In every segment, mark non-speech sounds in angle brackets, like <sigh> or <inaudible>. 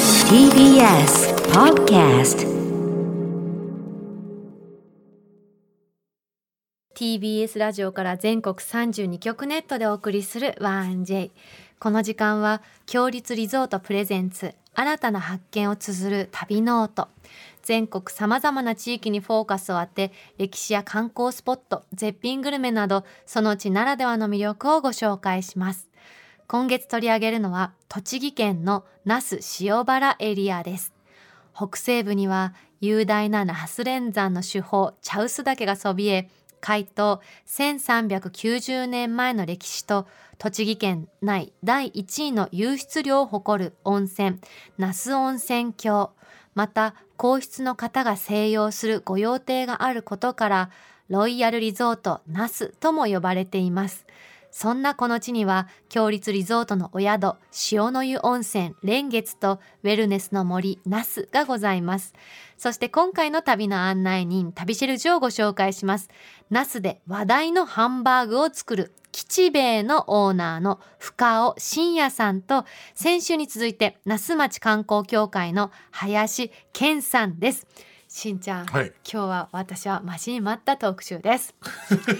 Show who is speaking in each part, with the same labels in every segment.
Speaker 1: TBS Podcast
Speaker 2: TBS ラジオから全国32局ネットでお送りする「1J」この時間は「強立リゾートプレゼンツ新たな発見」を綴る旅ノート全国さまざまな地域にフォーカスを当て歴史や観光スポット絶品グルメなどその地ならではの魅力をご紹介します今月取り上げるのは栃木県の那須塩原エリアです北西部には雄大な那須連山の主峰茶臼岳がそびえ開湯1390年前の歴史と栃木県内第1位の湧出量を誇る温泉那須温泉郷また皇室の方が静養する御用邸があることからロイヤルリゾート那須とも呼ばれていますそんなこの地には強立リゾートのお宿塩の湯温泉蓮月とウェルネスの森那須がございますそして今回の旅の案内人旅シェルジュをご紹介します那須で話題のハンバーグを作る吉兵衛のオーナーの深尾真也さんと先週に続いて那須町観光協会の林健さんですしんちゃん、
Speaker 3: はい
Speaker 2: 今日は私は待ちに待った特集です <laughs>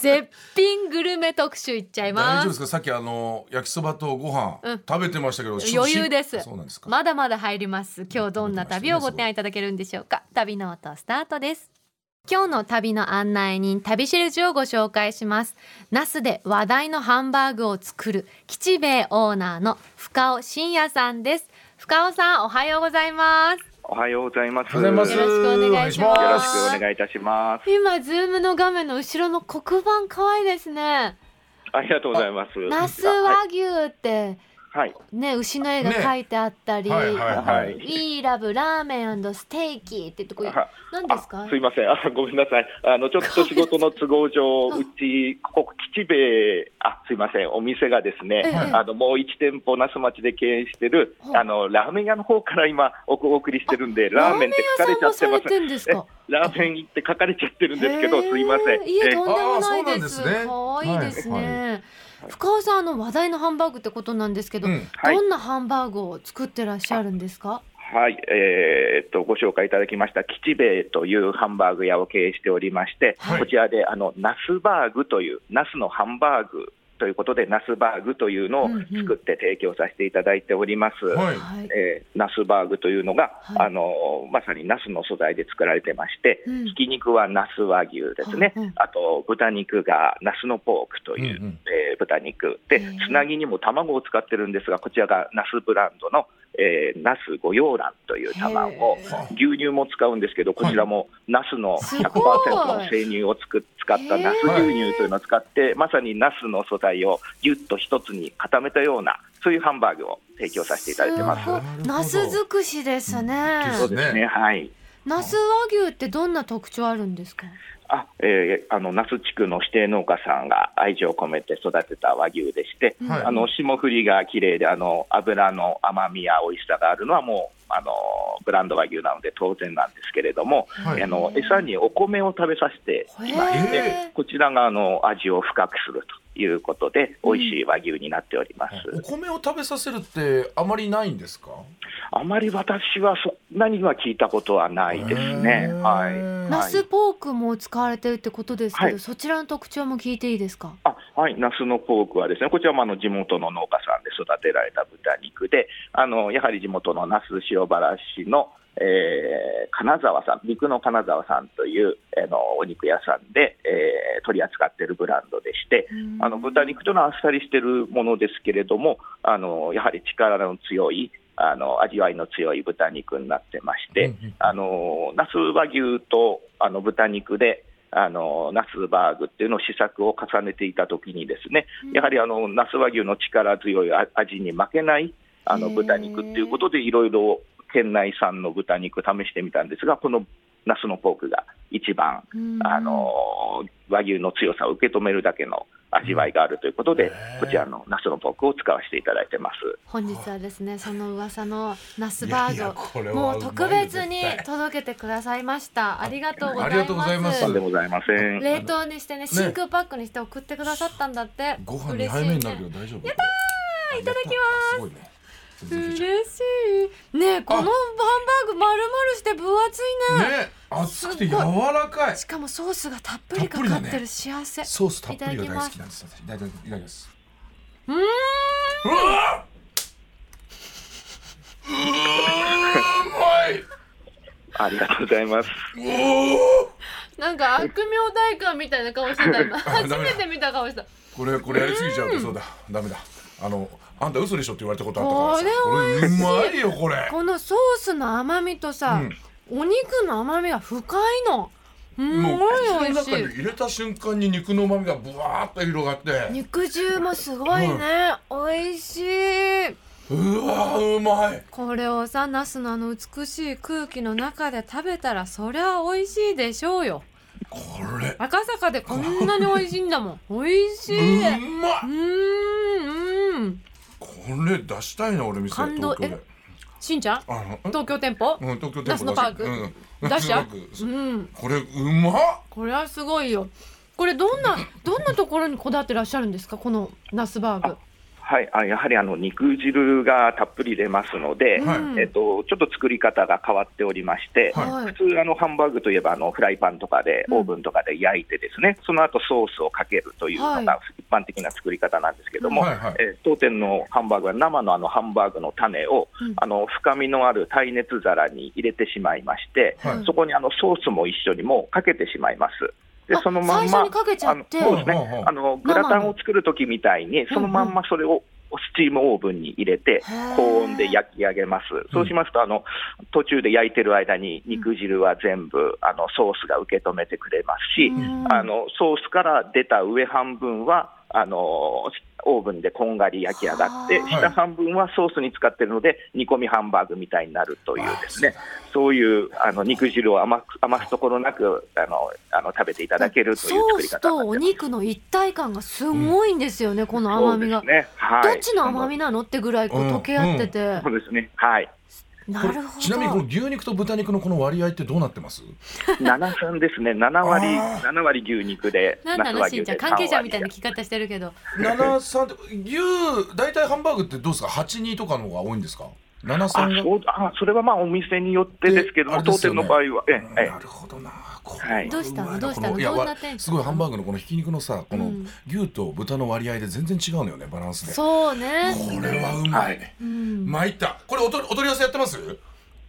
Speaker 2: 絶品グルメ特集いっちゃい
Speaker 3: 大
Speaker 2: ま
Speaker 3: 丈夫ですすかさっきあの焼きそばとご飯、
Speaker 2: うん
Speaker 3: 食べてましたけどちょっと
Speaker 2: 余裕
Speaker 3: し
Speaker 2: です
Speaker 3: そうなんですか、
Speaker 2: まだまだ入ります今日どんな旅をご提案いただけるんでしょうか旅の音スタートです今日の旅の案内人旅しるじをご紹介します那須で話題のハンバーグを作る吉兵衛オーナーの深尾真也さんです深尾さんおはようございます
Speaker 4: おはようございます。
Speaker 3: おはようござい
Speaker 2: よろしくお願いします
Speaker 4: よろしくお願いいたします。
Speaker 2: 今ズームの画面の後ろの黒板可愛いですね
Speaker 4: ありがとうございます。
Speaker 2: 那須和牛って
Speaker 4: はい。
Speaker 2: ね牛の絵が書いてあったり、
Speaker 3: はいはいは
Speaker 4: はいい。
Speaker 2: We love ラーメンステーキってとこ
Speaker 4: は
Speaker 2: 何ですか
Speaker 4: あすいませんあ、ごめんなさい、あのちょっと仕事の都合上、
Speaker 2: ごめん
Speaker 4: うち、ここ、吉兵衛、あすいません、お店がですね、
Speaker 2: ええ
Speaker 4: あのもう1店舗、那須町で経営してる
Speaker 2: ほう
Speaker 4: あのラーメン屋の方から今お、お送りしてるんで、ラーメンって書かれちゃって
Speaker 2: ラーメン屋さん
Speaker 4: ま
Speaker 2: もされてんです
Speaker 4: す、
Speaker 2: か
Speaker 4: えラーメンって書かれちゃってるんですけど、すいません、
Speaker 2: へーいえ
Speaker 4: え
Speaker 2: とんでもないで
Speaker 3: あ
Speaker 2: す
Speaker 3: ーそうなん
Speaker 2: 可愛いで
Speaker 3: ですね
Speaker 2: すね、
Speaker 3: はい
Speaker 4: い
Speaker 2: 深尾さんあの話題のハンバーグってことなんですけど、
Speaker 3: うん
Speaker 4: はい
Speaker 2: どんなハンバーグを作ってらっしゃるんですか
Speaker 4: はい、えーっとご紹介いただきました吉兵衛というハンバーグ屋を経営しておりまして、
Speaker 3: はい
Speaker 4: こちらであのナスバーグというナスのハンバーグということでナスバーグというのを
Speaker 2: うんうん
Speaker 4: 作って提供させていただいております。
Speaker 3: はい、
Speaker 2: はい、
Speaker 4: えーナスバーグというのが、
Speaker 2: はい
Speaker 4: あのまさにナスの素材で作られてまして、
Speaker 2: うん
Speaker 4: ひき肉はナス和牛ですね、
Speaker 2: うんうん
Speaker 4: あと豚肉がナスのポークという、
Speaker 3: うんうん
Speaker 4: えー豚肉
Speaker 2: へ
Speaker 4: で
Speaker 2: ー
Speaker 4: つなぎにも卵を使ってるんですがこちらがナスブランドの、えー、ナス御用卵という卵を
Speaker 2: へ
Speaker 3: ー
Speaker 4: 牛乳も使うんですけどこちらもナスの
Speaker 2: すごい
Speaker 4: 100%の生乳をつく使った
Speaker 2: へー
Speaker 4: ナス牛乳というのを使ってまさにナスの素材をぎゅっと一つに固めたようなそういうハンバーグを提供させていただいてます。
Speaker 2: すごい
Speaker 3: なるほど
Speaker 2: ナス尽くしですね
Speaker 3: うん
Speaker 4: そうです
Speaker 3: ね
Speaker 4: ね、はい。
Speaker 2: ナス和牛ってどんな特徴あるんですか
Speaker 4: あ、えー、あの那須地区の指定農家さんが愛情を込めて育てた和牛でして、
Speaker 2: うん
Speaker 3: はい
Speaker 4: あの霜降りが綺麗であの脂の甘みや美味しさがあるのはもうあのブランド和牛なので当然なんですけれども、
Speaker 3: はい
Speaker 4: あの餌にお米を食べさせていまし
Speaker 2: へ
Speaker 4: て
Speaker 2: え
Speaker 4: こちらがあの味を深くするということで美味しい和牛になっております。
Speaker 3: お米を食べさせるってあまりないんですか
Speaker 4: あまり私はそんなには聞いたことはないですね。はい。
Speaker 2: ナ
Speaker 3: は
Speaker 2: スポークも使われてるってことですけど、
Speaker 4: はい
Speaker 2: そちらの特徴も聞いていいですか
Speaker 4: あはい、ナスのポークはですね、こちらもあの地元の農家さんで育てられた豚肉で、あのやはり地元の那須塩原市の、えー金沢さん、肉の金沢さんという、あのお肉屋さんで、えー取り扱っているブランドでして、あの豚肉というのはあっさりしているものですけれども、あのやはり力の強い、あの味わいの強い豚肉になってまして、
Speaker 3: うんうん
Speaker 4: あの那須和牛とあの豚肉であの那須バーグっていうのを試作を重ねていたときにですねやはりあの那須和牛の力強いあ味に負けないあ
Speaker 2: へ
Speaker 4: の
Speaker 2: ー
Speaker 4: 豚肉っていうことでいろいろ県内産の豚肉試してみたんですがこの那須のポークが一番
Speaker 2: うん
Speaker 4: あの和牛の強さを受け止めるだけの味わいがあるということ
Speaker 3: へ
Speaker 4: で
Speaker 3: ー
Speaker 4: こちらの那須のポークを使わせていただいてます。
Speaker 2: 本日はですねその噂のナスバ
Speaker 3: いやいやこ
Speaker 2: ー
Speaker 3: れ
Speaker 2: グ
Speaker 3: は
Speaker 2: をもう特別に
Speaker 3: うまいよ絶対
Speaker 2: 届けてくださいましたありがとうご
Speaker 3: ありがとうござ
Speaker 2: ざ
Speaker 3: い
Speaker 2: い
Speaker 3: ま
Speaker 2: ますす
Speaker 4: とんでございません。
Speaker 2: 冷凍にしてね真空パックにして送ってくださったんだって
Speaker 3: ご
Speaker 2: 嬉
Speaker 3: 飯二
Speaker 2: し
Speaker 3: 杯
Speaker 2: い
Speaker 3: 目
Speaker 2: ね
Speaker 3: になるけど大丈夫やったーいただきますごいね
Speaker 2: 嬉しいねえこのハンバーグ丸々して分厚いね
Speaker 3: ね熱くて
Speaker 2: す
Speaker 3: 柔
Speaker 2: ごい
Speaker 3: らかい
Speaker 2: しかもソースがたっぷりかか
Speaker 3: た
Speaker 2: っ
Speaker 3: っぷり
Speaker 2: て
Speaker 3: だ
Speaker 2: る
Speaker 3: ね
Speaker 2: 幸せ、
Speaker 3: ソースたっぷりが大好きなんです私いただきいただきますうーんうわーう
Speaker 4: ありがとうございます。
Speaker 3: まいうおー
Speaker 2: なんか悪名大官みたいな顔してた
Speaker 3: <laughs>
Speaker 2: 今初
Speaker 3: ダメだ
Speaker 2: めて見た顔した
Speaker 3: これこれやりすぎちゃうとそうだダメだあのあんた嘘でしょって言われたことあった
Speaker 2: こ
Speaker 3: からさこれうまいよこれ
Speaker 2: このソースの甘みとさ、お肉の甘みが深いのす
Speaker 3: もう
Speaker 2: ごい
Speaker 3: 口
Speaker 2: 美味
Speaker 3: の
Speaker 2: し
Speaker 3: 中に
Speaker 2: い
Speaker 3: 入れた瞬間に肉の旨味がぶわーっと広がって
Speaker 2: 肉汁もすごいね、美味しいう
Speaker 3: わーうまい
Speaker 2: これをさナスのあの美しい空気の中で食べたらそりゃ美味しいでしょうよ
Speaker 3: これ
Speaker 2: 赤坂でこんなに美味しいんだ
Speaker 3: <laughs>
Speaker 2: もん美味しいううん
Speaker 3: まい
Speaker 2: ーんうん
Speaker 3: これ出したいな俺店
Speaker 2: 感
Speaker 3: 東
Speaker 2: 動
Speaker 3: 京で
Speaker 2: えしんちゃん
Speaker 3: あの
Speaker 2: 東京店舗、
Speaker 3: うん東京店舗
Speaker 2: ナスのパーク
Speaker 3: うん
Speaker 2: 出しちゃう
Speaker 3: ナスのパーク
Speaker 2: うん
Speaker 3: これうまっ
Speaker 2: これはすごいよこれどんなどんなところにこだわってらっしゃるんですかこのナスバーグ
Speaker 4: はい、あやはりあの肉汁がたっぷり出ますので、
Speaker 3: はい
Speaker 2: うん
Speaker 4: えっと、ちょっと作り方が変わっておりまして、
Speaker 3: はい
Speaker 4: 普通あのハンバーグといえばあのフライパンとかで
Speaker 2: うん
Speaker 4: オーブンとかで焼いてですね、その後ソースをかけるというの
Speaker 2: は
Speaker 4: が一般的な作り方なんですけども、
Speaker 3: はいはい
Speaker 4: えー当店のハンバーグは生のあのハンバーグの種を、
Speaker 2: うん
Speaker 4: あの深みのある耐熱皿に入れてしまいまして、
Speaker 3: はい
Speaker 4: そこにあのソースも一緒にもうかけてしまいます。で
Speaker 2: あ
Speaker 4: そのまん
Speaker 2: 最
Speaker 4: ま
Speaker 2: 初にかけちゃって
Speaker 4: あのそうです
Speaker 3: ほうほうほう
Speaker 4: ね。あのグラタンを作る時みたいに
Speaker 2: の
Speaker 4: そのまんまそれをスチームオーブンに入れて
Speaker 2: へー
Speaker 4: 高温で焼き上げます。そうしますとあの途中で焼いてる間に肉汁は全部あのソースが受け止めてくれますし、
Speaker 2: うん
Speaker 4: あのソースから出た上半分はあのオーブンでこんがり焼き上がって
Speaker 2: は、
Speaker 3: あ
Speaker 4: 下半分はソースに使ってるので、煮込みハンバーグみたいになるというですね、そういうあの肉汁を余す余すところなくあのあの食べていただけると
Speaker 2: ソ
Speaker 4: いう作
Speaker 2: ー
Speaker 4: り
Speaker 2: ス
Speaker 4: 方にな
Speaker 2: と
Speaker 4: っ
Speaker 2: お
Speaker 4: てます
Speaker 2: 肉の一体感がすごいんですよね、この甘みが、
Speaker 4: そうですねは
Speaker 2: ど
Speaker 4: い
Speaker 2: っちの甘みなのってぐらいこう
Speaker 3: うん
Speaker 2: 溶け合ってて、
Speaker 4: そうですね、
Speaker 2: <laughs>
Speaker 4: はい、
Speaker 2: な
Speaker 3: これ
Speaker 2: るほど
Speaker 3: ちなみにこの牛肉と豚肉のこの割合ってどうなってます
Speaker 4: 7分ですね、7割
Speaker 3: あー
Speaker 4: 7割牛肉で、
Speaker 2: なんな
Speaker 4: 那須
Speaker 2: の
Speaker 4: 和
Speaker 2: し
Speaker 4: 牛
Speaker 2: んちゃん
Speaker 4: で
Speaker 2: 関係者みたいな
Speaker 4: 三
Speaker 2: 聞き方してるけど
Speaker 3: 七三って牛大体ハンバーグってどうですか八二とかの方が多いんですか七
Speaker 4: あ
Speaker 3: 三が
Speaker 4: そうあそれはまあお店によってですけど
Speaker 3: であ
Speaker 4: も、
Speaker 3: れで
Speaker 4: 当
Speaker 3: すよ
Speaker 4: 店
Speaker 3: ね
Speaker 4: の場合は、ええええ
Speaker 3: なるほどなこ
Speaker 4: は
Speaker 3: れ
Speaker 4: い
Speaker 2: どうしたの
Speaker 3: まい
Speaker 2: どうしたの
Speaker 3: こいや
Speaker 2: どんなテンション
Speaker 3: わすごいハンバーグのこのひき肉のさ
Speaker 2: う
Speaker 3: この
Speaker 2: ん
Speaker 3: 牛と豚の割合で全然違うのよねバランスでこ
Speaker 2: そうね
Speaker 3: れはうま
Speaker 4: はいい
Speaker 2: うん
Speaker 3: 参ったこれおとお取り寄せやってます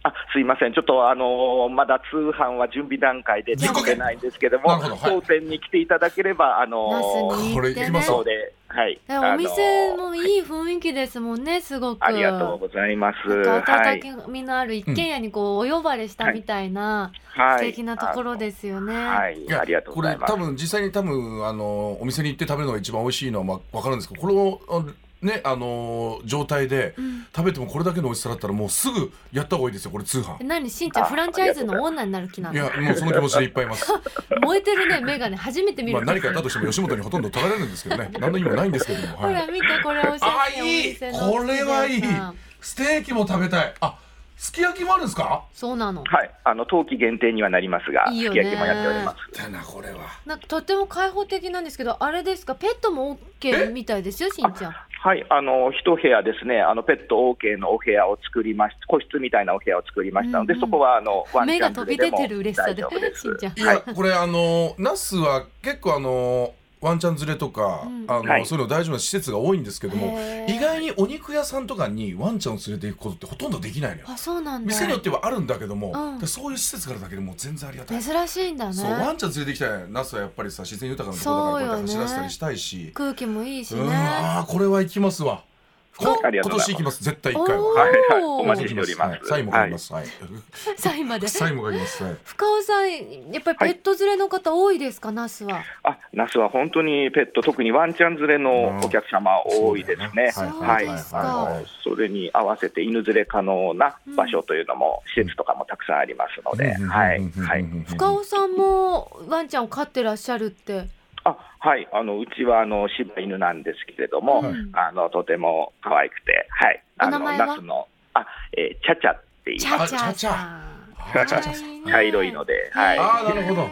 Speaker 4: あすいません、ちょっと、あのーまだ通販は準備段階で
Speaker 3: 自己検
Speaker 4: できてないんですけど
Speaker 3: な
Speaker 4: も、
Speaker 3: るほどはい
Speaker 4: 当店に来ていただければ、あの
Speaker 2: ナス
Speaker 4: ー、
Speaker 2: に行
Speaker 3: これ
Speaker 2: って
Speaker 3: 行き
Speaker 2: ね
Speaker 3: ます
Speaker 4: そうで、はい、
Speaker 2: でお店
Speaker 4: あのー
Speaker 2: もいい雰囲気ですもんねすごく
Speaker 4: ありがとうございます。
Speaker 2: なんか
Speaker 4: は
Speaker 2: 温
Speaker 4: い、
Speaker 2: かみのある一軒家にこうお呼ばれしたみたいな
Speaker 4: は
Speaker 2: 素
Speaker 4: い
Speaker 2: 敵なところですよね、
Speaker 4: あのはい、ありがとうございます
Speaker 3: これ多。分実際に多分あのお店に行って食べるのが一番美味しいのはまあわかるんですけどこれをあねあの状態で食べてもこれだけの美味しさだったらもうすぐやった方がいいですよこれ通販
Speaker 2: 何しんちゃん
Speaker 4: あ
Speaker 2: フランチャイズの女になる気ないの
Speaker 3: やもうその気持ちでいっぱいいます
Speaker 2: 燃えてるね目がね初めて <laughs> 見
Speaker 3: ま
Speaker 2: る、
Speaker 3: あ何かあったとしても吉本にほとんど取られるんですけ
Speaker 2: <laughs>
Speaker 3: どね何の意味もないんですけども
Speaker 2: ほ
Speaker 3: はい
Speaker 2: ら見てこれおしゃ
Speaker 3: あ
Speaker 2: れないお
Speaker 3: い
Speaker 2: 店の
Speaker 3: これはいい
Speaker 2: お店さん
Speaker 3: ステーキも食べたいあすき焼きもあるんですか
Speaker 2: そうなの
Speaker 4: はい、あの冬季限定にはなりますが、
Speaker 2: いい
Speaker 4: す
Speaker 2: よ
Speaker 4: き
Speaker 2: ね
Speaker 4: 焼きもやっております。
Speaker 3: だなこれは
Speaker 2: なんかとっても開放的なんですけどあれですかペットも OK みたいですよしんちゃん
Speaker 4: はい、あの一部屋ですね、あのペット OK のお部屋を作りまし個室みたいなお部屋を作りましたので、
Speaker 2: うんうん
Speaker 4: そこはあのワン
Speaker 2: 目
Speaker 4: ちゃ
Speaker 2: が
Speaker 4: ん
Speaker 2: 飛び出
Speaker 4: 連れで
Speaker 2: てる
Speaker 4: も
Speaker 2: 嬉しさ
Speaker 4: 大
Speaker 2: で
Speaker 4: 丈夫です
Speaker 2: し。んちゃん
Speaker 3: いやこれあのナスは結構あのワンちゃん連れとか、
Speaker 2: うん
Speaker 3: あの
Speaker 4: はい
Speaker 3: そういうの大丈夫な施設が多いんですけども
Speaker 2: へー
Speaker 3: 意外にお肉屋さんとかにワンちゃんを連れて行くことってほとんどできないのよ
Speaker 2: あそうなんだ
Speaker 3: 店によってはあるんだけども、
Speaker 2: うん
Speaker 3: でそういう施設があるだけでもう全然ありがたい、
Speaker 2: 珍しいんだ
Speaker 3: そうワ
Speaker 2: ね
Speaker 3: ンちゃん連れてきたナスはやっぱりさ自然豊かなところだからこうやって走らせたりしたいし
Speaker 2: 空気もいいし
Speaker 3: うん
Speaker 2: ね
Speaker 3: あーこれは行きますわこ
Speaker 4: あり
Speaker 3: 今
Speaker 4: がとうござ
Speaker 3: 年行
Speaker 4: います
Speaker 3: きます絶対一回
Speaker 2: お
Speaker 3: は
Speaker 2: ー
Speaker 4: はい、はい、お待ちしておりま
Speaker 3: はい
Speaker 4: す。
Speaker 3: サインも書きます、はい
Speaker 2: サインまで
Speaker 3: サインも書きます、はい、
Speaker 2: 深尾さんやっぱりペット連れの方多いですか、ナスは
Speaker 4: あ、ナスは本当にペット、特にワンちゃん連れのお客様多いですね。
Speaker 2: そうだよね
Speaker 4: はい、
Speaker 2: そうですか
Speaker 4: あのそれに合わせて犬連れ可能な場所というのも、施設とかもたくさんありますので、はい、はい。
Speaker 2: 深尾さんもワンちゃんを飼ってらっしゃるって
Speaker 4: あ、はい、あのうちはあの柴犬なんですけれども、
Speaker 2: うん
Speaker 4: あのとても可愛くて、はい、あ
Speaker 2: お
Speaker 4: の
Speaker 2: 名前は
Speaker 4: ナスのあ、えー、チャチャっていう
Speaker 2: チャチャ
Speaker 3: あチャチ
Speaker 2: さん
Speaker 3: あチャチャさ
Speaker 2: 可
Speaker 3: ん
Speaker 2: 愛ね
Speaker 4: 茶色いので、はい、
Speaker 3: あ
Speaker 4: は
Speaker 3: ーなるほど
Speaker 4: い、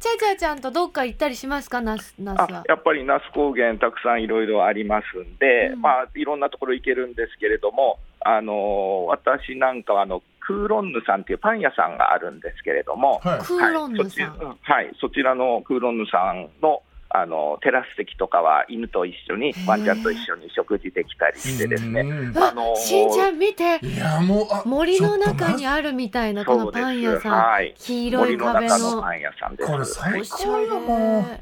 Speaker 2: チャチャちゃんとどっか行ったりしますか、ナス、ナス
Speaker 4: あ
Speaker 2: は。
Speaker 4: やっぱり那須高原、たくさんいろいろありますんで、
Speaker 2: うん
Speaker 4: まあ、いろんなところ行けるんですけれども、あの私なんかはあのクーロンヌさんっていうパン屋さんがあるんですけれども、
Speaker 3: はい
Speaker 2: クーロンヌさ
Speaker 4: はい
Speaker 2: ん。
Speaker 4: そちうんはい、そちらのクーロンヌさんのあのテラス席とかは犬と一緒に
Speaker 2: へー
Speaker 4: ワンちゃんと一緒に食事できたりしてですね、
Speaker 3: うん
Speaker 2: うわ
Speaker 4: あのー
Speaker 2: しんちゃん見て、
Speaker 3: いやもうあ
Speaker 2: 森の
Speaker 3: ちょっと
Speaker 2: 中
Speaker 3: 待
Speaker 2: にあるみたいな、こ
Speaker 4: そ
Speaker 2: の
Speaker 4: うで
Speaker 2: パン屋
Speaker 4: す、
Speaker 2: さん。
Speaker 4: はい、
Speaker 2: 黄色い
Speaker 4: 森の
Speaker 2: 壁
Speaker 4: 中の
Speaker 2: の
Speaker 4: パ。ン屋さんです。
Speaker 3: これ最
Speaker 2: おし
Speaker 3: 高
Speaker 2: ゃ
Speaker 3: やもう
Speaker 2: れ。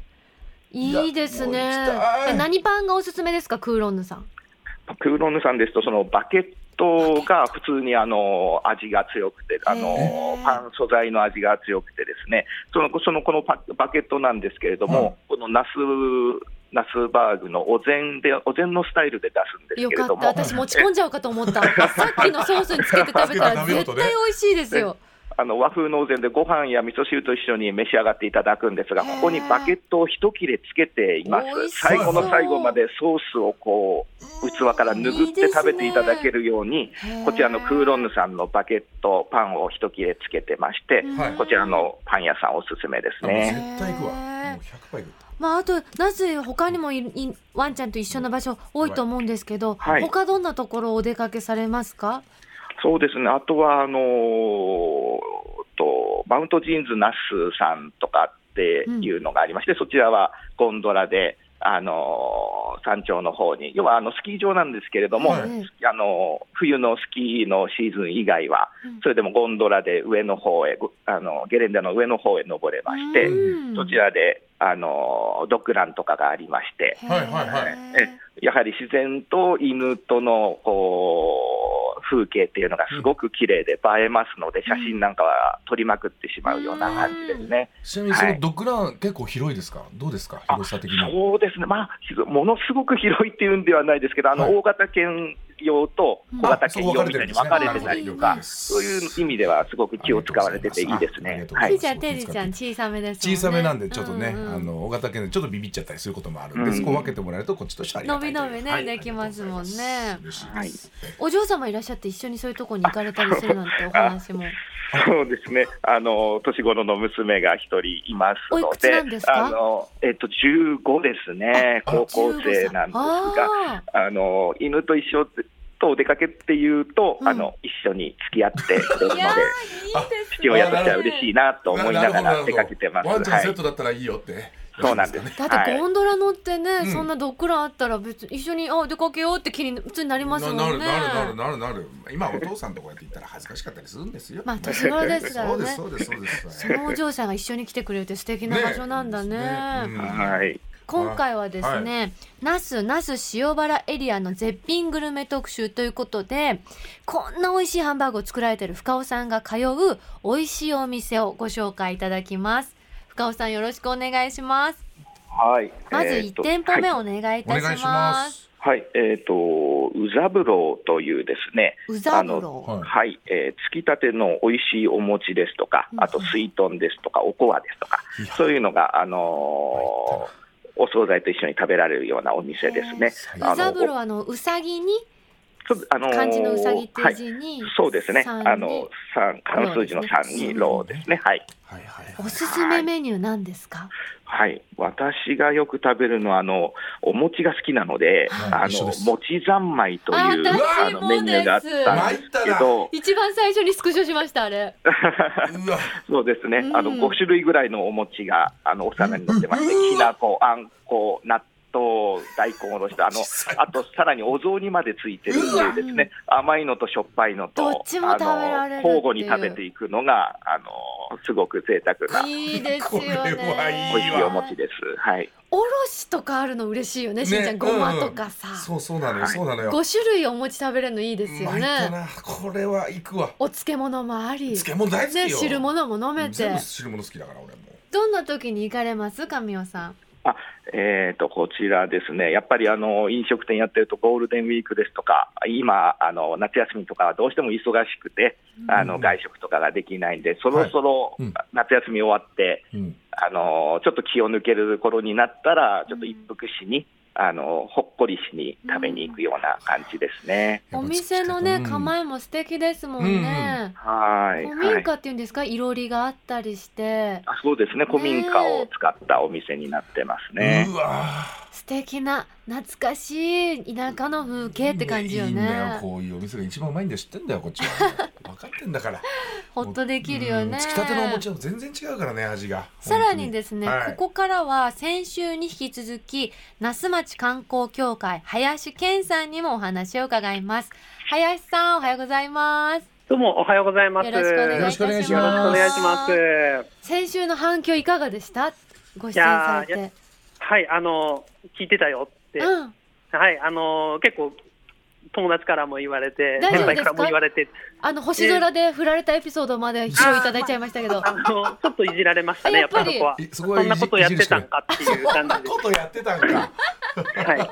Speaker 2: いいです
Speaker 3: い
Speaker 2: ね
Speaker 3: やもう行きたい。
Speaker 2: え何パンがおすすめですか、クーロンヌさん。
Speaker 4: クーロンヌさんですと、そのバケットが普通にあの味が強くて、あの
Speaker 2: へー
Speaker 4: パン素材の味が強くてですね、そのそのこのパバケットなんですけれども、このナスナスバーグのお膳でお膳のスタイルで出すんです
Speaker 2: よ
Speaker 4: けれ
Speaker 2: か
Speaker 4: ど
Speaker 2: った、
Speaker 4: も、
Speaker 2: 私持ち込んじゃうかと思っ
Speaker 3: <laughs>
Speaker 2: た。さっきのソースにつけて食べたら絶対美味しいですよ。
Speaker 4: あの和風のお膳でご飯や味噌汁と一緒に召し上がっていただくんですが、
Speaker 2: へー
Speaker 4: ここにバケットを一切れつけています
Speaker 2: 美味し。そう
Speaker 4: 最後の最後までソースをこう器から拭って食べていただけるように。こちらのクーロンヌさんのバケットパンを一切れつけてまして、
Speaker 3: はい
Speaker 4: こちら。のパン屋さんおすすめです
Speaker 3: って
Speaker 4: ね。
Speaker 3: 絶対行くわもう
Speaker 2: へー
Speaker 3: 100杯行く
Speaker 2: まあ、あと、なぜ他にもいいワンちゃんと一緒の場所多いと思うんですけど、
Speaker 4: はい
Speaker 2: 他どんなところをお出かけされますか。
Speaker 4: そうですね。あとはあのーとマウントジーンズナスさんとかっていうのがありまして、そちらはゴンドラで。あのー山頂の方に、要はあのスキー場なんですけれども、
Speaker 3: はい
Speaker 4: あのー冬のスキーのシーズン以外は
Speaker 2: うん、
Speaker 4: それでもゴンドラで上の方へ、ごあのゲレンデの上の方へ登れまして、
Speaker 2: うん
Speaker 4: そちらで、あのドッグランとかがありまして、
Speaker 2: へー
Speaker 3: はいはいはい
Speaker 4: やはり自然と犬とのこう風景っていうのがすごく綺麗で映えますので、写真なんかは撮りまくってしまうような感じですね。
Speaker 3: ちなみにそ
Speaker 4: は
Speaker 3: の
Speaker 4: い
Speaker 3: ドッグラン結構広いですかどうですか
Speaker 4: あ
Speaker 3: 広さ的には
Speaker 4: そうですね、まあ、ひどものすごく広いっていうんではないですけど、あの
Speaker 3: はい
Speaker 4: 大型犬用と小型犬用みたいに分かれてたりとか、
Speaker 3: あそ
Speaker 4: そうう
Speaker 3: 分かれてるんですね
Speaker 4: いう意味ではすごく気を使われてていいです
Speaker 3: ありが。
Speaker 4: ね
Speaker 3: とうござ
Speaker 4: はいい
Speaker 2: ちい
Speaker 3: ま
Speaker 2: ちゃん、ていじちゃん、小さめですもんね。
Speaker 3: 小さめなんでちょっとね、
Speaker 2: うんうん
Speaker 3: あの大型犬でちょっとビビっちゃったりすることもあるんで、
Speaker 4: うん
Speaker 3: そこ分けてもらえるとこっちとしてはありがたいという
Speaker 2: 伸び伸びね
Speaker 3: はい
Speaker 2: できますもんね
Speaker 3: 嬉しいです
Speaker 2: お嬢様いらっしゃって、一緒にそういうところに行かれたりするなんてお話も。 <laughs>
Speaker 4: そうですね。あの年頃の娘が一人いますので、
Speaker 2: おいくつなんですか
Speaker 4: あのえっと十五ですね。高校生なんです
Speaker 2: あ
Speaker 4: が、あの犬と一緒とお出かけっていうと、
Speaker 2: うん
Speaker 4: あの一緒に付き合ってくれるの
Speaker 2: い
Speaker 4: で
Speaker 2: や、
Speaker 3: あ
Speaker 2: ーいいですね。
Speaker 4: 父親としては嬉しいなと思いなが
Speaker 3: るほ
Speaker 4: ら
Speaker 3: ど
Speaker 4: 出かけてます。
Speaker 3: ワンちゃん
Speaker 4: は
Speaker 3: セッ
Speaker 4: い。
Speaker 3: トだったらいいよって、
Speaker 4: そうなんです。
Speaker 2: だっ
Speaker 4: は
Speaker 2: て
Speaker 4: い
Speaker 2: ゴンドラ乗ってね、
Speaker 3: うん
Speaker 2: そんなドッグランあったら別に一緒にあ出かけようって気に普通になりますもんね。
Speaker 3: なるなるなるなるなる今お父さんとこうやって言ったら恥ずかしかったりするんですよ
Speaker 2: まあ年頃ですからね
Speaker 3: そうですそうですそうです
Speaker 2: そのお嬢さんが一緒に来てくれるって素敵な場所なんだね。
Speaker 3: ねうん
Speaker 4: はい。
Speaker 2: 今回はですね、那須那須塩原エリアの絶品グルメ特集ということでこんな美味しいハンバーグを作られてる深尾さんが通う美味しいお店をご紹介いただきます深尾さんよろしくお願いします
Speaker 4: はい。
Speaker 2: まず
Speaker 4: えーっ
Speaker 2: 1
Speaker 4: と
Speaker 2: 店舗
Speaker 4: はい
Speaker 2: 目お願いい
Speaker 3: お
Speaker 2: た
Speaker 3: 願い
Speaker 2: し
Speaker 3: し
Speaker 2: ま
Speaker 3: ますす
Speaker 4: はい、えっ、と、うざぶろうというですね、
Speaker 2: うざぶろう
Speaker 3: はい
Speaker 4: はい、えーつきたての美味しいお餅ですとか
Speaker 2: う、ん
Speaker 4: あと水豚ですとか、おこわですとか
Speaker 3: いや、
Speaker 4: そういうのが、あのーお惣菜と一緒に食べられるようなお店ですね。
Speaker 3: 最
Speaker 4: あの
Speaker 2: うざぶろうあのうさぎに
Speaker 4: ちょっとあのー
Speaker 2: 漢字のうさぎって
Speaker 4: は
Speaker 2: いう
Speaker 4: い、
Speaker 2: 字に、
Speaker 4: そうですね。
Speaker 2: さんに
Speaker 4: あの、三、関数字の三にろうですね。はい。
Speaker 3: はいはいはい
Speaker 2: おすすめメニューなんですか、
Speaker 4: はい、私がよく食べるのはあのお餅が好きなので、
Speaker 3: はい
Speaker 4: あ
Speaker 3: 一緒
Speaker 4: の
Speaker 3: です
Speaker 4: 餅三昧という
Speaker 2: あ
Speaker 4: あ
Speaker 2: 私も
Speaker 4: のメニューがあったんですけど、
Speaker 2: 一番最初にスクショしましたあれ
Speaker 3: うわ
Speaker 4: そうですね、
Speaker 2: うん
Speaker 4: あの5種類ぐらいのお餅があのお皿に乗ってまして、
Speaker 3: うん
Speaker 4: きな粉、あんこ、納豆、大根おろしと、あの
Speaker 3: 小さい
Speaker 4: あとさらにお雑煮までついてるっていうですね、甘いのとしょっぱいの
Speaker 2: ど
Speaker 4: と
Speaker 2: っちも食べられるっていう
Speaker 4: あの交互に食べていくのがあのすごく贅沢な。
Speaker 2: いいですよね
Speaker 3: これはいい
Speaker 4: 美味しいお
Speaker 3: わ
Speaker 4: 餅です。はい。
Speaker 2: おろしとかあるの嬉しいよねしんちゃん
Speaker 3: ね
Speaker 2: ごまとかさ、
Speaker 3: そうそうなのよ
Speaker 4: はい
Speaker 3: そうなのよ
Speaker 2: 5種類お餅食べれるのいいですよ
Speaker 3: 参った
Speaker 2: ね
Speaker 3: なこれは行くわ
Speaker 2: お漬物もあり
Speaker 3: 漬物大好きよ、
Speaker 2: ね、汁物も飲め
Speaker 3: 全
Speaker 2: て
Speaker 3: 部汁物好きだから俺も
Speaker 2: どんな時に行かれます神尾さん
Speaker 4: えっ、と、こちらですね。やっぱりあの、飲食店やってるとゴールデンウィークですとか、今、あの、夏休みとかはどうしても忙しくて、あ
Speaker 3: う
Speaker 4: の
Speaker 3: ん
Speaker 4: 外食とかができないんで、そろそろ
Speaker 3: はいうん
Speaker 4: 夏休み終わって、
Speaker 3: うん
Speaker 4: あのーちょっと気を抜ける頃になったら、ちょっと一服しに、あのほっこりしに食べに行くような感じですね。
Speaker 2: お店のね、構
Speaker 3: え
Speaker 2: えも素敵ですもんね。
Speaker 4: はい、
Speaker 2: 古
Speaker 4: は
Speaker 2: 民
Speaker 4: い
Speaker 2: 家っていうんですか、いろりがあったりして、
Speaker 4: あそうですね、古民家を使ったお店になってますね。
Speaker 3: うわー
Speaker 2: 素敵な懐かしい田舎の風景って感じよ
Speaker 3: いいんだよ
Speaker 2: ね。
Speaker 3: こういうお店が一番うまいんだよ知ってんだよこっち
Speaker 2: <laughs>
Speaker 3: は分かってんだから
Speaker 2: ほっとできるよ
Speaker 3: うん
Speaker 2: ね。
Speaker 3: つきたてのお餅は全然違うからね味が
Speaker 2: さらにですね、
Speaker 3: はい
Speaker 2: ここからは先週に引き続き那須町観光協会林健さんにもお話を伺います林さんおはようございます
Speaker 5: どうもおはようございます。
Speaker 2: よろしくお願いいたします
Speaker 3: よろしく
Speaker 5: よろしくお願いし
Speaker 2: お
Speaker 5: ます
Speaker 2: 願いし先週の反響いかがでしたご出演され
Speaker 5: い
Speaker 2: て
Speaker 5: はい、あの聞いてたよって、
Speaker 2: うん
Speaker 5: はい、あの結構友達からも言われて、
Speaker 2: 大丈夫ですか
Speaker 5: 先輩からも言われて、
Speaker 2: あの星空で振られたエピソードまで披露いただいちゃいましたけど
Speaker 5: あのちょっといじられましたね。
Speaker 2: あ
Speaker 5: や
Speaker 2: やっ
Speaker 5: っぱ
Speaker 2: ぱ
Speaker 5: り
Speaker 2: り
Speaker 5: そこは。
Speaker 3: えそこは
Speaker 5: そんなことやってたんかっていう感
Speaker 3: そんな
Speaker 5: じ
Speaker 3: ことやってたんか
Speaker 5: で、はい、はい、ちょっ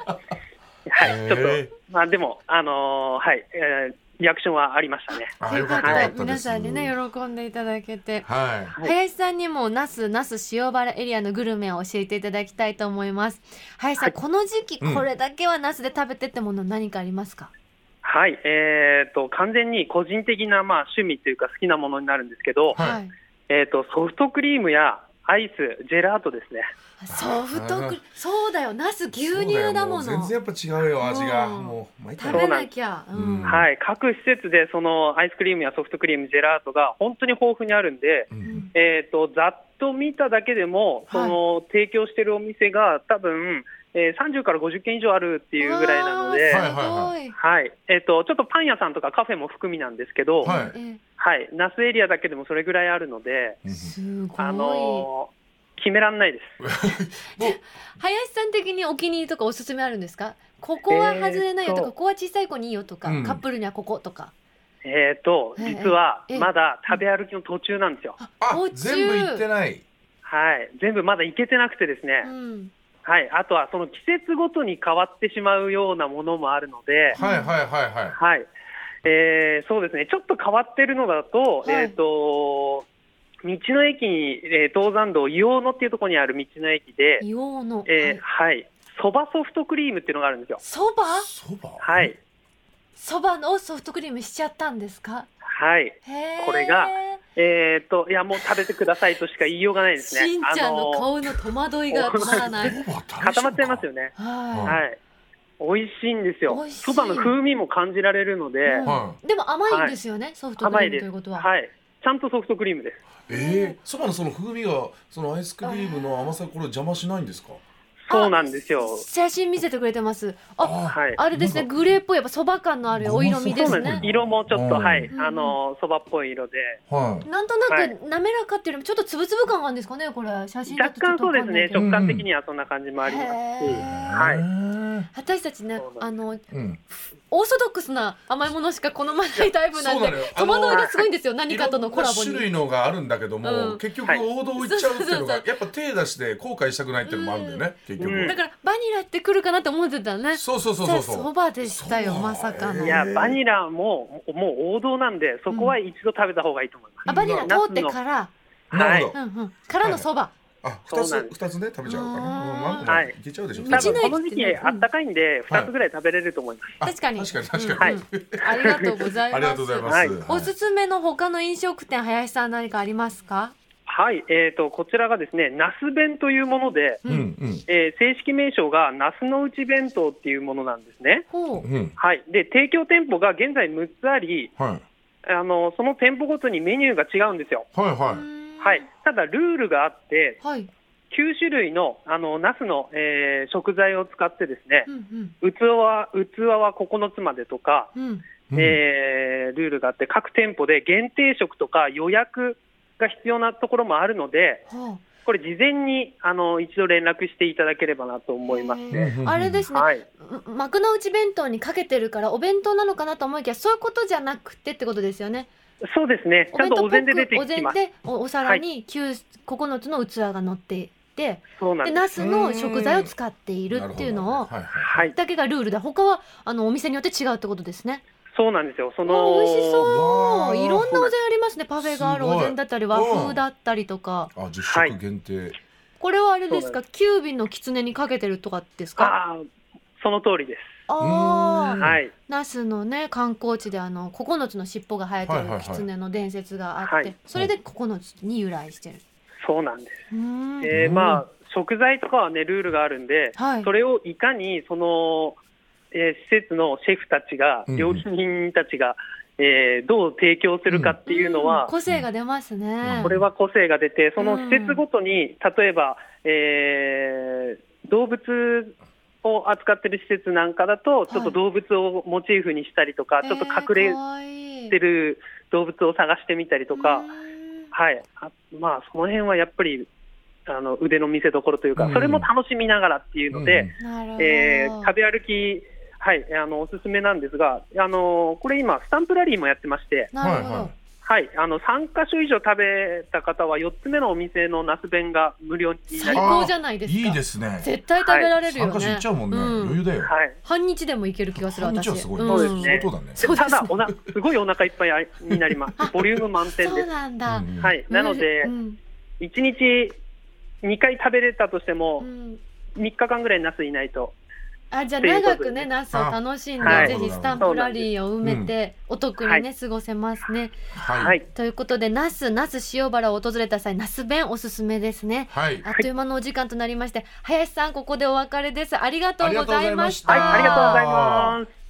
Speaker 5: と
Speaker 3: へー
Speaker 5: まあでもあのはい、えーリアクションはありましたね。
Speaker 3: あ
Speaker 2: よ
Speaker 3: よ
Speaker 2: かっ、
Speaker 3: かったたよかったです
Speaker 2: 皆さんにね喜んでいただけて、
Speaker 3: はい
Speaker 5: はい
Speaker 2: 林さんにも那須那須塩原エリアのグルメを教えていただきたいと思います林さん、
Speaker 5: はい
Speaker 2: この時期
Speaker 3: うん
Speaker 2: これだけは那須で食べてってもの何かありますか、
Speaker 5: はい、えっ、と完全に個人的なまあ趣味というか好きなものになるんですけど、
Speaker 3: はい
Speaker 2: い
Speaker 5: えっ、とソフトクリームやアイス、ジェラートですね。
Speaker 2: ソフトクリ
Speaker 3: あ
Speaker 2: そうだよナス牛乳だも
Speaker 3: そうよう全
Speaker 2: の
Speaker 3: 然やっぱ違うよ味が
Speaker 2: うん
Speaker 3: もう毎
Speaker 2: 食
Speaker 3: 回
Speaker 2: べなきゃう
Speaker 3: うなん
Speaker 2: ん、
Speaker 3: うん
Speaker 5: はい、各施設でそのアイスクリームやソフトクリーム、ジェラートが本当に豊富にあるんで、
Speaker 3: うん
Speaker 5: えー、とざっと見ただけでも、
Speaker 2: はい
Speaker 5: その提供してるお店が多分、えー30から50軒以上あるっていうぐらいなので、
Speaker 2: わ
Speaker 5: は
Speaker 3: は
Speaker 5: いう
Speaker 3: いはい
Speaker 5: えー、とちょっとパン屋さんとかカフェも含みなんですけど、
Speaker 3: は
Speaker 5: はい
Speaker 3: い
Speaker 2: え
Speaker 5: はい、那須エリアだけでもそれぐらいあるので、
Speaker 3: うん
Speaker 2: すごい、
Speaker 5: あのー決めらんないです。
Speaker 2: 林さん的にお気に入りとかおすすめあるんですかここは外れないよとか
Speaker 5: えーと
Speaker 2: ここは小さい子にいいよとか、
Speaker 3: うん
Speaker 2: カップルにはこことか
Speaker 5: えー、と
Speaker 2: ええ
Speaker 5: 実は
Speaker 2: ええ
Speaker 5: まだ食べ歩きの途中なんですよ。
Speaker 3: あ
Speaker 2: お中
Speaker 3: 全部行ってない
Speaker 5: はい、全部まだ行けてなくてですね。
Speaker 2: うん
Speaker 5: はい、あとはその季節ごとに変わってしまうようなものもあるので、
Speaker 3: はいはいはいはい
Speaker 5: はいえーそうですねちょっと変わってるのだと,、
Speaker 2: はい
Speaker 5: えー、と道の駅に、えー東山道硫黄野っていうところにある道の駅で、
Speaker 2: 硫黄の
Speaker 5: えー
Speaker 2: はい
Speaker 5: はい、そばソフトクリームっていうのがあるんですよ。
Speaker 2: そば
Speaker 3: そば
Speaker 5: はい、
Speaker 2: そばのソフトクリームしちゃったんですか
Speaker 5: はい
Speaker 2: へー
Speaker 5: これがえー、といやもう食べてくださいとしか言いようがないですね。
Speaker 2: しんちゃんの
Speaker 5: あの
Speaker 2: 顔の戸惑いが止まらない
Speaker 3: そば大丈夫か
Speaker 5: 固まっちゃいますよね。
Speaker 2: は
Speaker 5: はい、美味しいんですよ
Speaker 2: 美味しい。
Speaker 5: そばの風味も感じられるので、
Speaker 2: うん
Speaker 3: はい
Speaker 2: いでも甘いんですよね、ソフトクリームということは、
Speaker 5: はい、ちゃんとソフトクリームです。
Speaker 3: ええそばのその風味がそのアイスクリームの甘さこれ邪魔しないんですか
Speaker 2: あ
Speaker 5: そうなんですよ。
Speaker 2: 写真見せてくれてますあ
Speaker 5: は
Speaker 2: あれですね
Speaker 3: なんか
Speaker 2: グレーっぽいやっぱそば感のあるお色味で
Speaker 5: そうな
Speaker 2: す
Speaker 5: んです
Speaker 2: ね。
Speaker 5: 色もちょっと、
Speaker 3: うん
Speaker 5: はい
Speaker 2: うん、
Speaker 5: あの、そばっぽい色で。
Speaker 3: はい
Speaker 2: なんとな
Speaker 5: は
Speaker 2: く
Speaker 5: い
Speaker 2: 滑らかっていうよりもちょっとつぶつぶ感があるんですかねこれ写真だ
Speaker 5: 若
Speaker 2: とちょっ
Speaker 5: 干
Speaker 2: と
Speaker 5: そう
Speaker 2: わか
Speaker 5: で
Speaker 2: ん
Speaker 5: す
Speaker 2: ない
Speaker 5: ね。
Speaker 2: けど
Speaker 5: 直感的にはそんな感じもありますし。はい
Speaker 3: い
Speaker 2: 私たちね
Speaker 5: そうなんです
Speaker 2: あの
Speaker 3: うん
Speaker 2: オーソドックスな甘いものしか好まないタイプなん
Speaker 3: そう
Speaker 2: で
Speaker 3: なのよ
Speaker 2: 戸惑いがすごいんですよ
Speaker 3: い
Speaker 2: 何
Speaker 3: ろ
Speaker 2: かと
Speaker 3: ん
Speaker 2: の
Speaker 3: な
Speaker 2: コラボ
Speaker 3: 種
Speaker 2: に。
Speaker 3: 類のがあるんだけども、
Speaker 2: うん
Speaker 3: 結局
Speaker 5: はい
Speaker 3: 王道行っちゃうって
Speaker 2: そ
Speaker 3: いうのが
Speaker 2: うそうそう
Speaker 3: やっぱ手出して後悔したくないっていうのもあるんだよね、結
Speaker 5: うん
Speaker 2: だ
Speaker 3: 局、
Speaker 2: からバニラって来るかなって思ってたね。
Speaker 3: そうそうそう
Speaker 2: じゃ
Speaker 3: そ
Speaker 2: あ
Speaker 3: うそう
Speaker 2: そばでしたよ
Speaker 3: そう
Speaker 2: まさかの
Speaker 5: い
Speaker 3: い。
Speaker 5: や
Speaker 3: へー
Speaker 5: バニラももう王道なんでそこは一度食べた方がいいと思います。
Speaker 2: あバニラ通ってから、
Speaker 3: なるほど、
Speaker 2: うんうん、からのそば。
Speaker 3: あ二
Speaker 5: そうなん
Speaker 3: つ二
Speaker 5: です
Speaker 3: つね食べちゃうから
Speaker 2: あー
Speaker 3: うん何個も
Speaker 5: はい
Speaker 3: いけちゃうでしょ、
Speaker 2: 道
Speaker 5: 多
Speaker 2: の
Speaker 5: 分
Speaker 2: 駅
Speaker 5: この時期あったかいんで
Speaker 3: うん
Speaker 5: 2つぐらい食べれると思います。
Speaker 3: あ
Speaker 2: 確かに
Speaker 3: 確かに確かに、
Speaker 5: はい
Speaker 2: <laughs> ありがとうございます。
Speaker 3: ありがとうございます、
Speaker 5: はい
Speaker 2: おすすめの他の飲食店林さん何かありますか？
Speaker 5: はい、えっとこちらがですねナス弁というもので、
Speaker 3: うんうん
Speaker 5: えー正式名称がナスの内弁当っていうものなんですね。
Speaker 2: ほう。
Speaker 3: うん
Speaker 5: はい、で提供店舗が現在6つあり、
Speaker 3: はい
Speaker 5: あのその店舗ごとにメニューが違うんですよ。
Speaker 3: はいうは
Speaker 2: ーん
Speaker 5: はい、ただルールがあって、
Speaker 2: はい。
Speaker 5: 9種類のあのナスの、えー食材を使ってですね
Speaker 2: う、ん
Speaker 5: 器は器は9つまでとか、
Speaker 2: うんうん。
Speaker 3: い、うん
Speaker 5: えールールがあって、各店舗で限定食とか予約が必要なところもあるので、
Speaker 2: ほ
Speaker 5: これ、事前にあの一度連絡していただければなと思います。
Speaker 2: う。
Speaker 3: うんうんうん
Speaker 2: あれですね。
Speaker 5: はい、
Speaker 2: ん幕の内弁当にかけてるからお弁当なのかなと思いきやそういうことじゃなくてってことですよね。
Speaker 5: そうですね、ちゃんとお膳で出て
Speaker 2: お
Speaker 5: き
Speaker 2: 膳
Speaker 5: ます。
Speaker 2: でおお皿に九九つの器が乗っていて、
Speaker 5: そうなん
Speaker 2: で
Speaker 5: で
Speaker 2: ナス
Speaker 5: す
Speaker 2: の食材を使っているっていうのを
Speaker 3: なるほどはいはい
Speaker 5: はい、
Speaker 2: だけがルールで他はあのお店によって違うってことですね。
Speaker 5: そうなんですよ。そ
Speaker 2: わ
Speaker 5: の
Speaker 2: あ美味しそう
Speaker 3: わ
Speaker 2: お
Speaker 3: あ
Speaker 2: いろんなお膳ありますねパフェがある
Speaker 3: すごい
Speaker 2: お膳だったり和風だったりとか
Speaker 3: あ十食限定、
Speaker 2: これはあれですか、キュービンの狐にかけてるとかですか。
Speaker 5: ああ、その通りです。
Speaker 2: あ
Speaker 3: う
Speaker 2: あ
Speaker 3: ん、
Speaker 5: はい。
Speaker 2: 那須のね観光地であの九つの尻尾が生えて
Speaker 3: はいはい
Speaker 2: る
Speaker 3: はい
Speaker 2: 狐の伝説があって、
Speaker 5: はい
Speaker 2: それで九つに由来してる。
Speaker 5: そうなんです。
Speaker 2: うーん
Speaker 5: で、まあ、食材とかはね、ルールがあるんで、
Speaker 2: はい
Speaker 5: そ。れをいかに、その、えー施設のシェフたちが
Speaker 3: うんう、ん
Speaker 5: 料理人たちが、えーどう提供するかっていうの
Speaker 2: ん
Speaker 5: は、
Speaker 2: 個性が出ますね。
Speaker 5: これは個性が出て、その施設ごとに、例えば、えー動物を扱ってる施設なんかだと、ちょっと動物をモチーフにしたりとか、ちょっと隠れ
Speaker 2: る
Speaker 5: てる動物を探してみたりとか、はい、あまあ、その辺はやっぱりあの腕の見せ所というか、
Speaker 3: うん
Speaker 5: それも楽しみながらっていうので、
Speaker 2: なるほど。
Speaker 5: えー食べ歩き、はい、あのおすすめなんですが、あのこれ今、スタンプラリーもやってまして、
Speaker 2: なるほど。
Speaker 3: はいはい
Speaker 5: はい、あの3箇所以上食べた方は、4つ目のお店のナス弁が無料にな
Speaker 2: 最
Speaker 5: りま
Speaker 2: 高じゃないですか。
Speaker 3: いいですね
Speaker 2: 絶対食べられるよね。
Speaker 3: 参加し行っちゃうもんね、
Speaker 2: うん
Speaker 3: 余裕だよ、
Speaker 5: す。はい
Speaker 2: 半日でもいける気がする
Speaker 3: 半
Speaker 2: 私。
Speaker 3: 日はすごい、
Speaker 5: そうです
Speaker 2: ん
Speaker 3: 相
Speaker 5: ね
Speaker 3: 当だね
Speaker 5: で
Speaker 2: そうです
Speaker 5: た
Speaker 2: ね
Speaker 5: だおな、すごいお腹いっぱいありにな
Speaker 2: <laughs>
Speaker 5: ります、ボリューム満点
Speaker 2: そ
Speaker 5: で
Speaker 2: う
Speaker 5: す。
Speaker 2: なんだ。
Speaker 3: うん
Speaker 5: はい、なので
Speaker 2: う、ん
Speaker 5: 1日2回食べれたとして
Speaker 2: う
Speaker 5: も、
Speaker 2: ん
Speaker 5: 3日間ぐらいナスいないと、
Speaker 2: あじゃあ
Speaker 5: っていうこと
Speaker 2: 長
Speaker 5: で
Speaker 2: くねナスを楽しんで、
Speaker 5: はい
Speaker 2: ぜひスタンプラリーを埋めて、お得にね、
Speaker 5: は
Speaker 2: 過ごせますね。
Speaker 3: はい
Speaker 5: はい、
Speaker 2: ということでナスナス塩原を訪れた際ナス弁おすすめですね。
Speaker 3: はい
Speaker 2: あっという間のお時間となりまして、林さんここでお別れです。ありがとうございました。
Speaker 5: はい、ありがとうございます。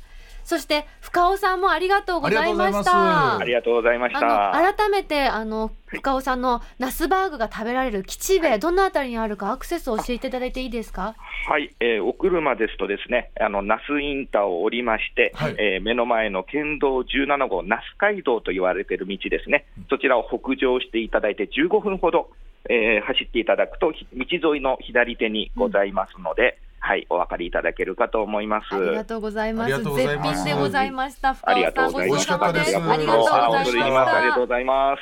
Speaker 2: そして深尾さんもありがとうございまし
Speaker 3: あ
Speaker 2: た
Speaker 4: あ。りがとうございまし
Speaker 2: あ
Speaker 4: た。
Speaker 2: の改めてあの深尾さんのナスバーグが食べられる吉兵衛、どのあたりにあるかアクセスを教えていただいていいですか。
Speaker 4: はい、えーお車ですとですね、あの那須インターを降りまして、
Speaker 3: はい
Speaker 4: えー目の前の県道17号那須街道と言われている道ですね。そちらを北上していただいて15分ほど、えー走っていただくとひ道沿いの左手にございますので、はい、お分かりいただけるかと思います。
Speaker 2: ありがとうございま
Speaker 3: あ
Speaker 2: す。
Speaker 3: りがとうございま
Speaker 2: 絶
Speaker 3: す
Speaker 2: 品でございました。
Speaker 4: あ
Speaker 2: 深
Speaker 4: り
Speaker 2: 尾
Speaker 4: が
Speaker 2: さ
Speaker 4: と
Speaker 2: ん
Speaker 4: うご
Speaker 2: ご
Speaker 4: ざ
Speaker 2: ちそう
Speaker 4: いまし
Speaker 2: さ
Speaker 4: た。
Speaker 2: まで
Speaker 3: 美味し
Speaker 2: す。
Speaker 3: かったです
Speaker 2: ありがとうご
Speaker 3: あ
Speaker 2: ざ
Speaker 3: 恐れ入
Speaker 2: い
Speaker 3: りま
Speaker 2: ま
Speaker 3: した
Speaker 4: あ
Speaker 2: し
Speaker 4: りが
Speaker 2: た
Speaker 4: とう。ございます。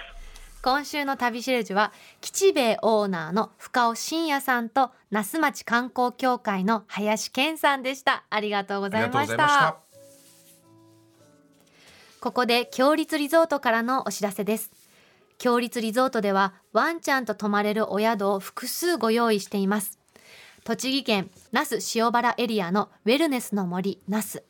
Speaker 2: 今週の旅しるじは吉兵衛オーナーの深尾真也さんと那須町観光協会の林健さんでしたありがとうご
Speaker 3: あ
Speaker 2: ざ
Speaker 3: り
Speaker 2: い
Speaker 3: がと
Speaker 2: ま
Speaker 3: うご
Speaker 2: し
Speaker 3: ざ
Speaker 2: た
Speaker 3: いました
Speaker 2: ここで強立リゾートからのお知らせです強立リゾートではワンちゃんと泊まれるお宿を複数ご用意しています栃木県那須塩原エリアのウェルネスの森那須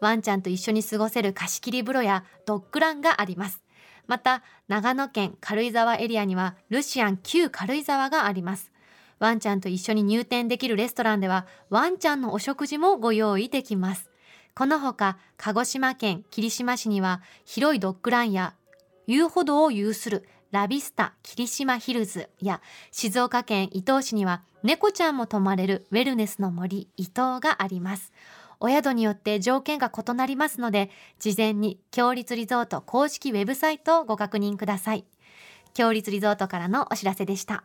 Speaker 2: ワンちゃんと一緒に過ごせる貸し切り風呂やドッグランがありますまた長野県軽井沢エリアにはルシアン旧軽井沢がありますワンちゃんと一緒に入店できるレストランではワンちゃんのお食事もご用意できますこのほか鹿児島県霧島市には広いドッグランや遊歩道を有するラビスタ霧島ヒルズや静岡県伊東市には猫ちゃんも泊まれるウェルネスの森伊東がありますお宿によって条件が異なりますので事前に強立リゾート公式ウェブサイトをご確認ください強立リゾートからのお知らせでした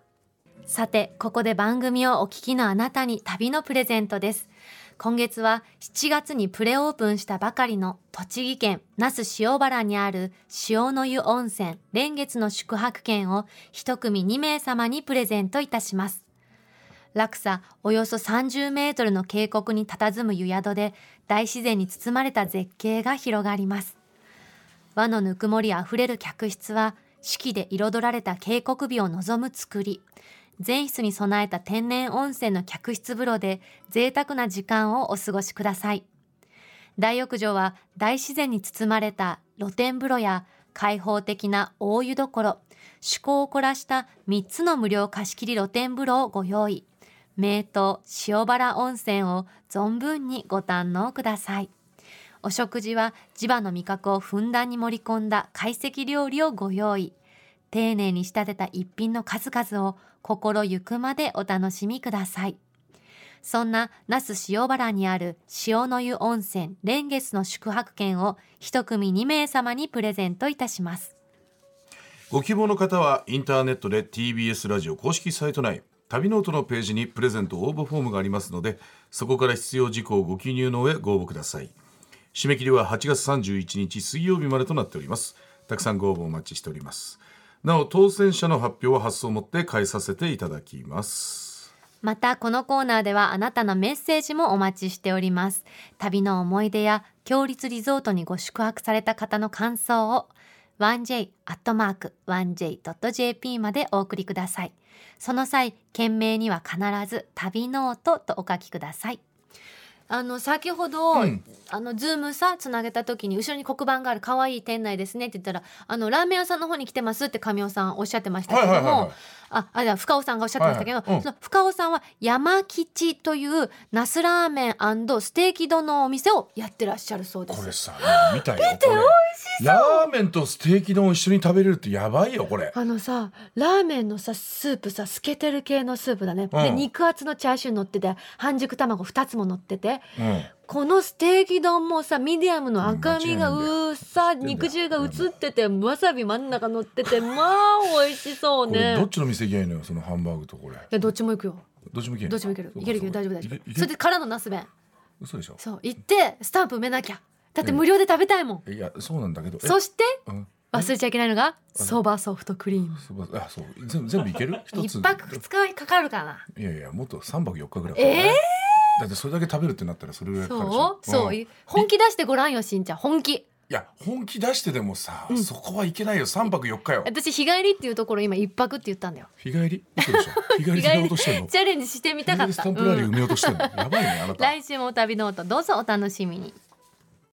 Speaker 2: さてここで番組をお聞きのあなたに旅のプレゼントです今月は7月にプレオープンしたばかりの栃木県那須塩原にある塩の湯温泉連月の宿泊券を一組2名様にプレゼントいたします落差およそ30メートルの渓谷に佇む湯宿で大自然に包まれた絶景が広がります和のぬくもりあふれる客室は四季で彩られた渓谷美を望む造り全室に備えた天然温泉の客室風呂で贅沢な時間をお過ごしください大浴場は大自然に包まれた露天風呂や開放的な大湯どころ趣向を凝らした3つの無料貸し切り露天風呂をご用意名湯塩原温泉を存分にご堪能くださいお食事は地場の味覚をふんだんに盛り込んだ懐石料理をご用意丁寧に仕立てた一品の数々を心ゆくまでお楽しみくださいそんな那須塩原にある塩の湯温泉蓮月の宿泊券を一組2名様にプレゼントいたします
Speaker 3: ご希望の方はインターネットで TBS ラジオ公式サイト内旅ノートのページにプレゼント応募フォームがありますのでそこから必要事項をご記入の上ご応募ください締め切りは8月31日水曜日までとなっておりますたくさんご応募お待ちしておりますなお当選者の発表は発送をもって返させていただきます
Speaker 2: またこのコーナーではあなたのメッセージもお待ちしております旅の思い出や強立リゾートにご宿泊された方の感想を 1j.1j.jp までお送りください。その際、件名には必ず旅ノートとお書きください。あの先ほど、
Speaker 3: うん
Speaker 2: あのズームさつなげた時に後ろに黒板がある可愛い店内ですねって言ったらあのラーメン屋さんの方に来てますって神尾さんおっしゃってましたけども、
Speaker 3: はいはいはいはい
Speaker 2: ああじゃあ深尾さんがおっしゃってましたけど、
Speaker 3: はいはいうん
Speaker 2: その深尾さんは山吉というナスラーメンステーキ丼のお店をやってらっしゃるそうで
Speaker 3: これ
Speaker 2: す。
Speaker 3: さ、見たよ。見て美味しそう。ラーメンとステーキ丼を一緒に食べれるってやばいよこれ。
Speaker 2: あのさラーメンのさスープさ透けてる系のスープだね、
Speaker 3: う
Speaker 2: で
Speaker 3: ん
Speaker 2: 肉厚のチャーシュー乗ってて半熟卵2つも乗ってて
Speaker 3: うん。
Speaker 2: このステーキ丼もさミディアムの赤身が
Speaker 3: うん間違いないんだ
Speaker 2: うーさ
Speaker 3: 知ってんだ
Speaker 2: 肉汁が映っててわさび真ん中乗って
Speaker 3: <laughs>
Speaker 2: てまあ美味しそう
Speaker 3: これど
Speaker 2: ね
Speaker 3: っちの店行きゃいいのよそのハンバーグとこれ。
Speaker 2: いやどっちも行くよ
Speaker 3: どっちもいける。
Speaker 2: どっちもいける
Speaker 3: そう
Speaker 2: い
Speaker 3: か
Speaker 2: けるいける
Speaker 3: そう
Speaker 2: 大丈夫
Speaker 3: か
Speaker 2: 大丈
Speaker 3: いけ
Speaker 2: 夫
Speaker 3: い
Speaker 2: そ
Speaker 3: け
Speaker 2: れでからのナス弁
Speaker 3: 嘘でしょ。
Speaker 2: そう行ってスタンプ埋めなきゃだって無料で食べたいもん
Speaker 3: いやそうなんだけど。え
Speaker 2: そして
Speaker 3: うん
Speaker 2: 忘れちゃいけないのがそばソフトクリーム
Speaker 3: そうばあそう全部全部いける？一つ。
Speaker 2: 一泊二日はかかるかない
Speaker 3: やいやもっと三泊四日ぐらい。
Speaker 2: え
Speaker 3: だってそれだけ食べるってなったらそれぐらいかかるでし
Speaker 2: そ
Speaker 3: ょ
Speaker 2: うそう
Speaker 3: い
Speaker 2: い本気出してごらんよしんちゃん本気
Speaker 3: や本気出してでもさ、そこはいけないよ三泊四日よ
Speaker 2: 私日帰りっていうところ今一泊って言ったんだよ
Speaker 3: 日帰り嘘でしょ日帰り
Speaker 2: 日
Speaker 3: で
Speaker 2: 帰
Speaker 3: 落
Speaker 2: り
Speaker 3: としてん
Speaker 2: <laughs>
Speaker 3: の
Speaker 2: チャレンジしてみたかっ
Speaker 3: 日帰りス
Speaker 2: た
Speaker 3: タンプラリー
Speaker 2: うん
Speaker 3: 埋めようとしてんの、やばいねあなた
Speaker 2: 来週もお旅ノートどうぞお楽しみに